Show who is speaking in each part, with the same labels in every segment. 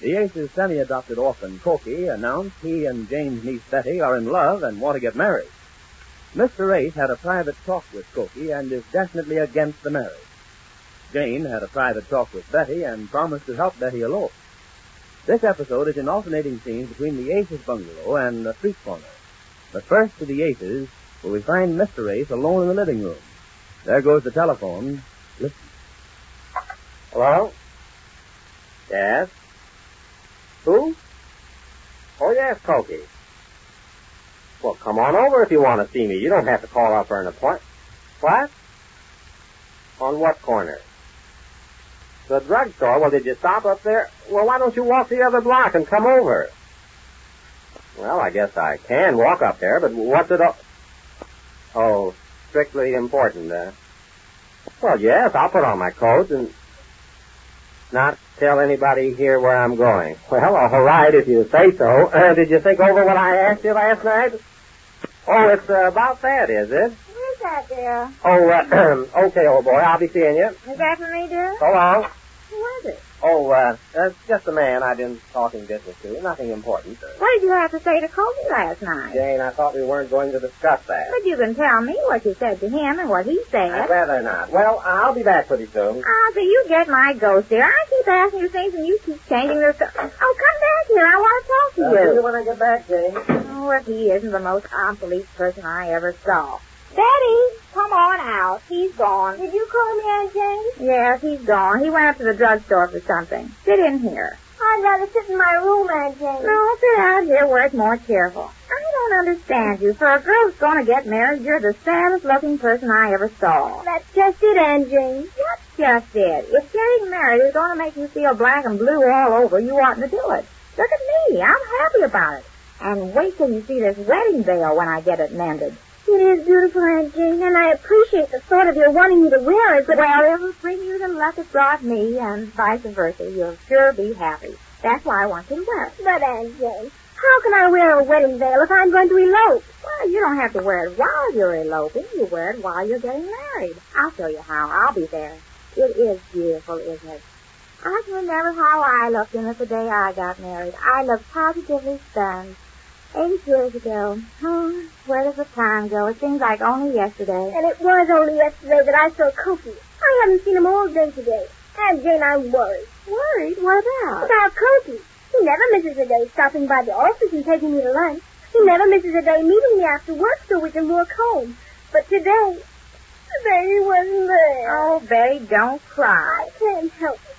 Speaker 1: The Aces' semi-adopted orphan, Corky, announced he and Jane's niece Betty are in love and want to get married. Mr. Ace had a private talk with Corky and is definitely against the marriage. Jane had a private talk with Betty and promised to help Betty elope. This episode is in alternating scenes between the Aces bungalow and the street corner. But first to the Aces, where we find Mr. Ace alone in the living room. There goes the telephone. Listen. Hello? Yes? Who? Oh, yes, Cokie. Well, come on over if you want to see me. You don't have to call up for an appointment. What? On what corner? The drugstore? Well, did you stop up there? Well, why don't you walk the other block and come over? Well, I guess I can walk up there, but what's it all... Oh, strictly important, uh... Well, yes, I'll put on my coat and not tell anybody here where I'm going. Well, all right, if you say so. Uh, did you think over what I asked you last night? Oh, it's uh, about that, is it?
Speaker 2: Who's that, dear?
Speaker 1: Oh, uh, okay, old boy, I'll be seeing you.
Speaker 2: Is that for me, dear?
Speaker 1: So long.
Speaker 2: Who is it?
Speaker 1: Oh, uh, that's just a man I've been talking business to. Nothing important. Uh,
Speaker 2: What did you have to say to Colby last night?
Speaker 1: Jane, I thought we weren't going to discuss that.
Speaker 2: But you can tell me what you said to him and what he
Speaker 1: I'd
Speaker 2: said.
Speaker 1: rather not. Well, I'll be back pretty soon.
Speaker 2: Oh, so you get my ghost, dear. I keep asking you things and you keep changing your... sto- Oh, come back here. I want to
Speaker 1: Uh,
Speaker 2: talk
Speaker 1: see
Speaker 2: to
Speaker 1: you
Speaker 2: you.
Speaker 1: when I get back, Jane.
Speaker 2: Oh, if he isn't the most obsolete person I ever saw. Daddy, come on out. He's gone. Did you call me Aunt Jane? Yes, he's gone. He went up to the drugstore for something. Sit in here.
Speaker 3: I'd rather sit in my room, Aunt Jane.
Speaker 2: No, sit out here where it's more cheerful. I don't understand you. For a girl who's going to get married, you're the saddest looking person I ever saw.
Speaker 3: That's just it, Aunt Jane.
Speaker 2: That's just it. If getting married is going to make you feel black and blue all over, you oughtn't to do it. Look at me. I'm happy about it. And wait till you see this wedding veil when I get it mended.
Speaker 3: It is beautiful, Aunt Jane, and I appreciate the thought of your wanting me to wear it, but
Speaker 2: well, it'll bring you the luck it brought me, and vice versa. You'll sure be happy. That's why I want you to wear it.
Speaker 3: But, Aunt Jane, how can I wear a wedding veil if I'm going to elope?
Speaker 2: Well, you don't have to wear it while you're eloping. You wear it while you're getting married. I'll show you how. I'll be there. It is beautiful, isn't it? I can remember how I looked in it the day I got married. I looked positively stunned. Eight years ago. Hmm, where does the time go? It seems like only yesterday.
Speaker 3: And it was only yesterday that I saw Kofi. I haven't seen him all day today. Aunt Jane, I'm worried.
Speaker 2: Worried? What about?
Speaker 3: About Kofi. He never misses a day stopping by the office and taking me to lunch. He never misses a day meeting me after work so we can walk home. But today, today he wasn't there.
Speaker 2: Oh, Betty, don't
Speaker 3: I
Speaker 2: cry.
Speaker 3: can't help it.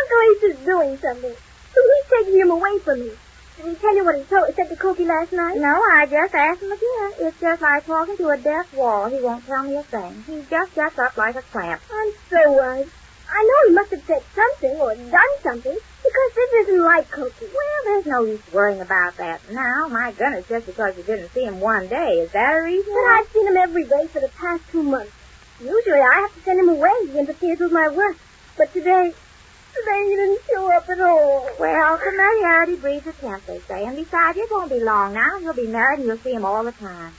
Speaker 3: Uncle Ace is doing something. So he's taking him away from me. Did he tell you what he told, said to Cookie last night?
Speaker 2: No, I just asked him again. It's just like talking to a deaf wall. He won't tell me a thing. He just gets up like a clamp.
Speaker 3: I'm so worried. I know he must have said something or done something because this isn't like Cookie.
Speaker 2: Well, there's no use worrying about that now. My goodness, just because you didn't see him one day, is that a reason?
Speaker 3: But I've seen him every day for the past two months. Usually I have to send him away. He interferes with my work. But today, today he didn't show up at all.
Speaker 2: Well, familiarity breeds attempt, they say. And besides, it won't be long now. He'll be married and you'll see him all the time.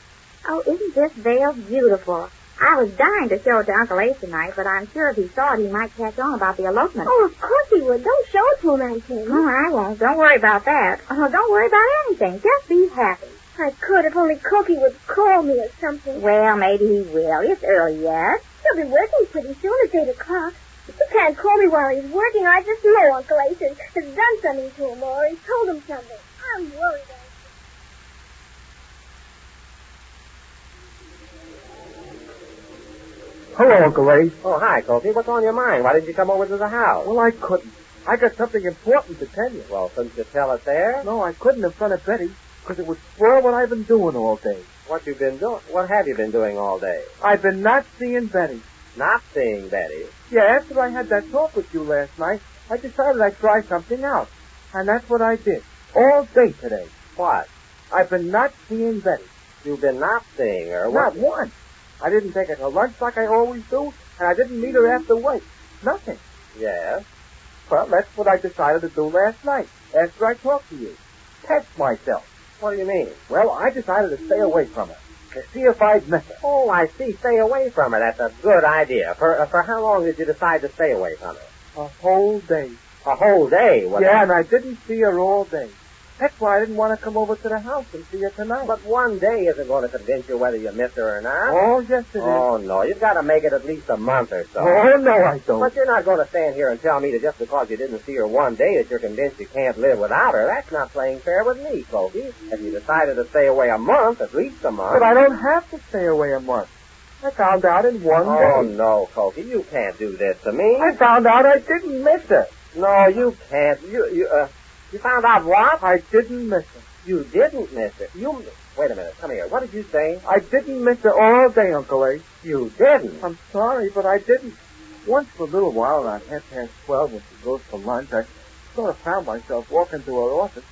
Speaker 2: Oh, isn't this veil beautiful? I was dying to show it to Uncle Ace tonight, but I'm sure if he saw it, he might catch on about the elopement.
Speaker 3: Oh, of course he would. Don't show it to him, Aunt Jane.
Speaker 2: Oh, I won't. Don't worry about that. Oh, don't worry about anything. Just be happy.
Speaker 3: I could if only Cookie would call me or something.
Speaker 2: Well, maybe he will. It's early yet.
Speaker 3: He'll be working pretty soon. It's eight o'clock. You can't call me while he's working. I just know Uncle Ace has, has done something to him or he's told him something. I'm worried.
Speaker 1: Hello, Uncle Ace. Oh, hi, Cokie. What's on your mind? Why didn't you come over to the house? Well, I couldn't. I got something important to tell you. Well, couldn't you tell it there? No, I couldn't in front of Betty because it would spoil what I've been doing all day. What you've been doing? What have you been doing all day? I've been not seeing Betty. Not seeing Betty? Yeah, after I had that talk with you last night, I decided I'd try something out. And that's what I did. All day today. What? I've been not seeing Betty. You've been not seeing her? Not once. I didn't take her to lunch like I always do, and I didn't meet her after work. Nothing. Yes? Well, that's what I decided to do last night, after I talked to you. Test myself. What do you mean? Well, I decided to stay away from her. To see if I'd miss her. Oh, I see. Stay away from her. That's a good idea. For uh, for how long did you decide to stay away from her? A whole day. A whole day? What yeah, and I didn't see her all day. That's why I didn't want to come over to the house and see her tonight. But one day isn't going to convince you whether you miss her or not. Oh, yes, it is. oh, no. You've got to make it at least a month or so. Oh, no, I don't. But you're not going to stand here and tell me that just because you didn't see her one day that you're convinced you can't live without her. That's not playing fair with me, Kobe. If you decided to stay away a month, at least a month. But I don't have to stay away a month. I found out in one day. Oh, no, Cokie, you can't do this to me. I found out I didn't miss her. No, you can't. You, you, uh, you found out what? I didn't miss her. You didn't miss her? You, wait a minute, come here. What did you say? I didn't miss her all day, Uncle Oh, Ace. You didn't? I'm sorry, but I didn't. Once for a little while, around half past twelve, when she goes for lunch, I sort of found myself walking to her office.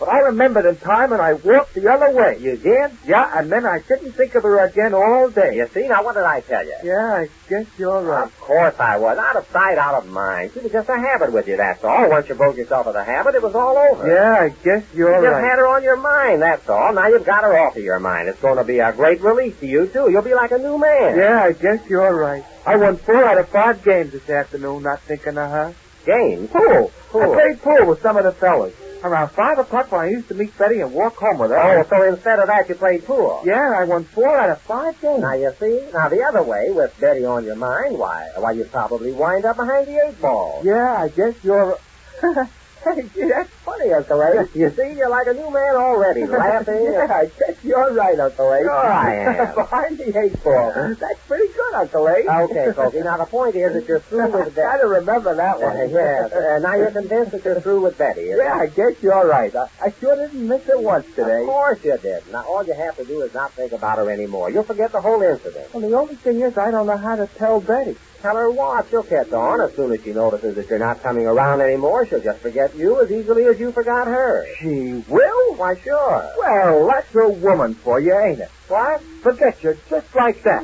Speaker 1: But I remembered in time and I walked the other way. You did? Yeah, and then I didn't think of her again all day. You see, now what did I tell you? Yeah, I guess you're right. Of course I was. Out of sight, out of mind. It was just a habit with you, that's all. Once you broke yourself of the habit, it was all over. Yeah, I guess you're you right. You had her on your mind, that's all. Now you've got her off of your mind. It's going to be a great relief to you, too. You'll be like a new man. Yeah, I guess you're right. I won four out of five games this afternoon, not thinking of her. Games? Pool. I played pool with some of the fellas. Around five o'clock when I used to meet Betty and walk home with her. Oh, so instead of that you played pool? Yeah, I won four out of five games. Now you see, now the other way, with Betty on your mind, why why you probably wind up behind the eight ball. Yeah, I guess you're Hey, gee, that's funny, Uncle Abe. You see, you're like a new man already, laughing. yeah, I guess you're right, Uncle Abe. Sure I am. Behind the eight ball. That's pretty good, Uncle Abe. Okay, Cokie. Now, the point is that you're through with Betty. I to remember that one. yes. Uh, now you're convinced that you're through with Betty. Yeah, I guess you're right. I, I sure didn't miss her once today. Of course you did. Now, all you have to do is not think about her anymore. You'll forget the whole incident. Well, the only thing is, I don't know how to tell Betty. Tell her what. She'll catch on. As soon as she notices that you're not coming around anymore, she'll just forget you as easily as you forgot her. She will? Why, sure. Well, that's a woman for you, ain't it? What? Forget you just like that.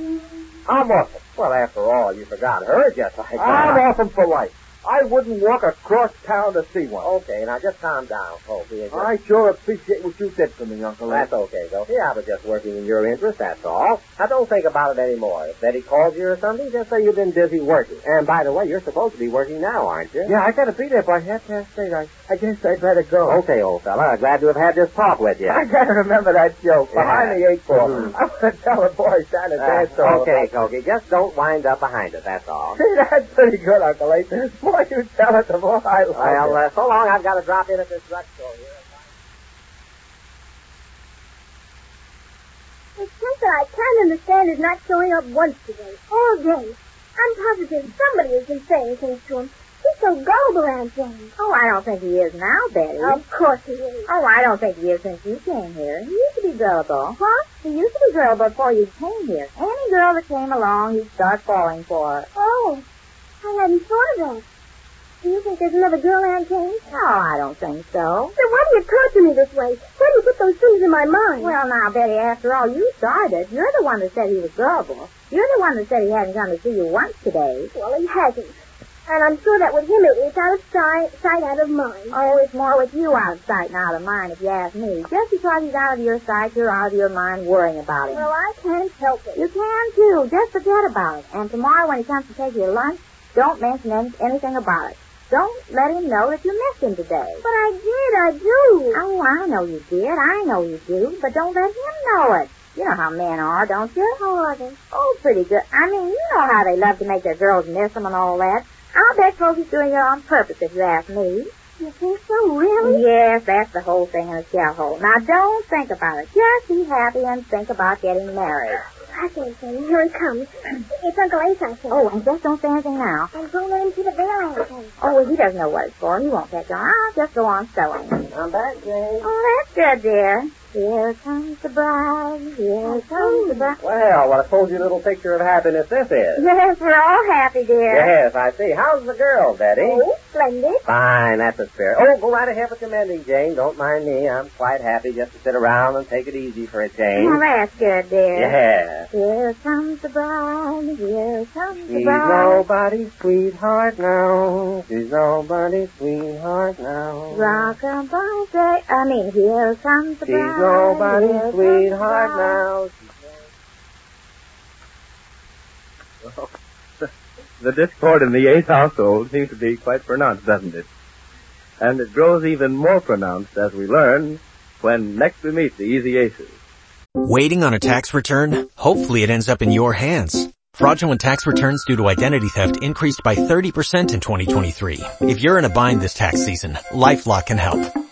Speaker 1: I'm Ah, off 'em. Well, after all, you forgot her just like that. I'm off 'em for life. I wouldn't walk across town to see one. Okay, now just calm down, Colby. I sure appreciate what you did for me, Uncle. That's okay, though. Yeah, I was just working in your interest, that's all. Now don't think about it anymore. If Betty calls you or something, just say you've been busy working. And by the way, you're supposed to be working now, aren't you? Yeah, I gotta be there by half past eight. I, I guess I better go. Okay, old fella. I'm glad to have had this talk with you. I gotta remember that joke. Behind the eight ball. I wanna tell the boys down at uh, dance Okay, Cokie, just don't wind up behind it, that's all. See, that's pretty good, Uncle Ace. The more you tell it, the more I like well, it. Well, uh, so long, I've gotta drop in at this drugstore here.
Speaker 3: It's just that I can't understand his not showing up once today, all day. I'm positive somebody has been saying things to him. He's so gullible, Aunt Jane.
Speaker 2: Oh, I don't think he is now, Betty.
Speaker 3: Of course he is.
Speaker 2: Oh, I don't think he is since you came here. He used to be gullible. Huh? He used to be gullible before you came here. Any girl that came along, he'd start falling for.
Speaker 3: Oh, I hadn't thought of that. Do you think there's another girl, Aunt Jane?
Speaker 2: No, I don't think so.
Speaker 3: Then why do you torture me this way? Why do you put those things in my mind?
Speaker 2: Well, now, Betty, after all, you started. You're the one that said he was gullible. You're the one that said he hadn't come to see you once today.
Speaker 3: well, he hasn't. And I'm sure that with him it is out of sight, sight out of mind.
Speaker 2: Oh, it's more with you out of sight and out of mind, if you ask me. Just because he's out of your sight, you're out of your mind worrying about him.
Speaker 3: Well, I can't help it.
Speaker 2: You can too. Just forget about it. And tomorrow when he comes to take your lunch, don't mention any- anything about it. Don't let him know that you missed him today.
Speaker 3: But I did, I do.
Speaker 2: Oh, I know you did. I know you do. But don't let him know it. You know how men are, don't you?
Speaker 3: How are they?
Speaker 2: Oh, pretty good. I mean, you know how they love to make their girls miss them and all that. I'll bet folks is doing it on purpose if you ask me.
Speaker 3: You think so, really?
Speaker 2: Yes, that's the whole thing in a shellhole. Now don't think about it. Just be happy and think about getting married.
Speaker 3: I can't say. Here he comes. it's Uncle Ace, I think.
Speaker 2: Oh, and just don't say anything now.
Speaker 3: I'm going let him see the bell, I think.
Speaker 2: Oh, well, he doesn't know what it's for. He won't catch on. I'll just go on sewing.
Speaker 1: I'm back, Jane.
Speaker 2: Oh, that's good, dear. Here comes the bride.
Speaker 3: Oh,
Speaker 2: Here comes the bride.
Speaker 1: Well, what a cozy little picture of happiness this is.
Speaker 2: Yes, we're all happy, dear.
Speaker 1: Yes, I see. How's the girl, Betty?
Speaker 3: Oh, splendid.
Speaker 1: Fine, that's a spirit. Oh, go right ahead with your mending, Jane. Don't mind me. I'm quite happy just to sit around and take it easy for a change.
Speaker 2: Well, that's good, dear.
Speaker 1: Yes.
Speaker 2: Here comes the bride. Here comes the
Speaker 1: She's
Speaker 2: bride.
Speaker 1: nobody's sweetheart now. She's nobody's sweetheart now.
Speaker 2: Rockabye day. I mean, here comes the
Speaker 1: She's
Speaker 2: bride. here
Speaker 1: nobody's
Speaker 2: comes
Speaker 1: sweetheart
Speaker 2: the bride.
Speaker 1: now. the discord in the eighth household seems to be quite pronounced, doesn't it? And it grows even more pronounced as we learn when next we meet the Easy Aces.
Speaker 4: Waiting on a tax return? Hopefully it ends up in your hands. Fraudulent tax returns due to identity theft increased by 30% in 2023. If you're in a bind this tax season, LifeLock can help.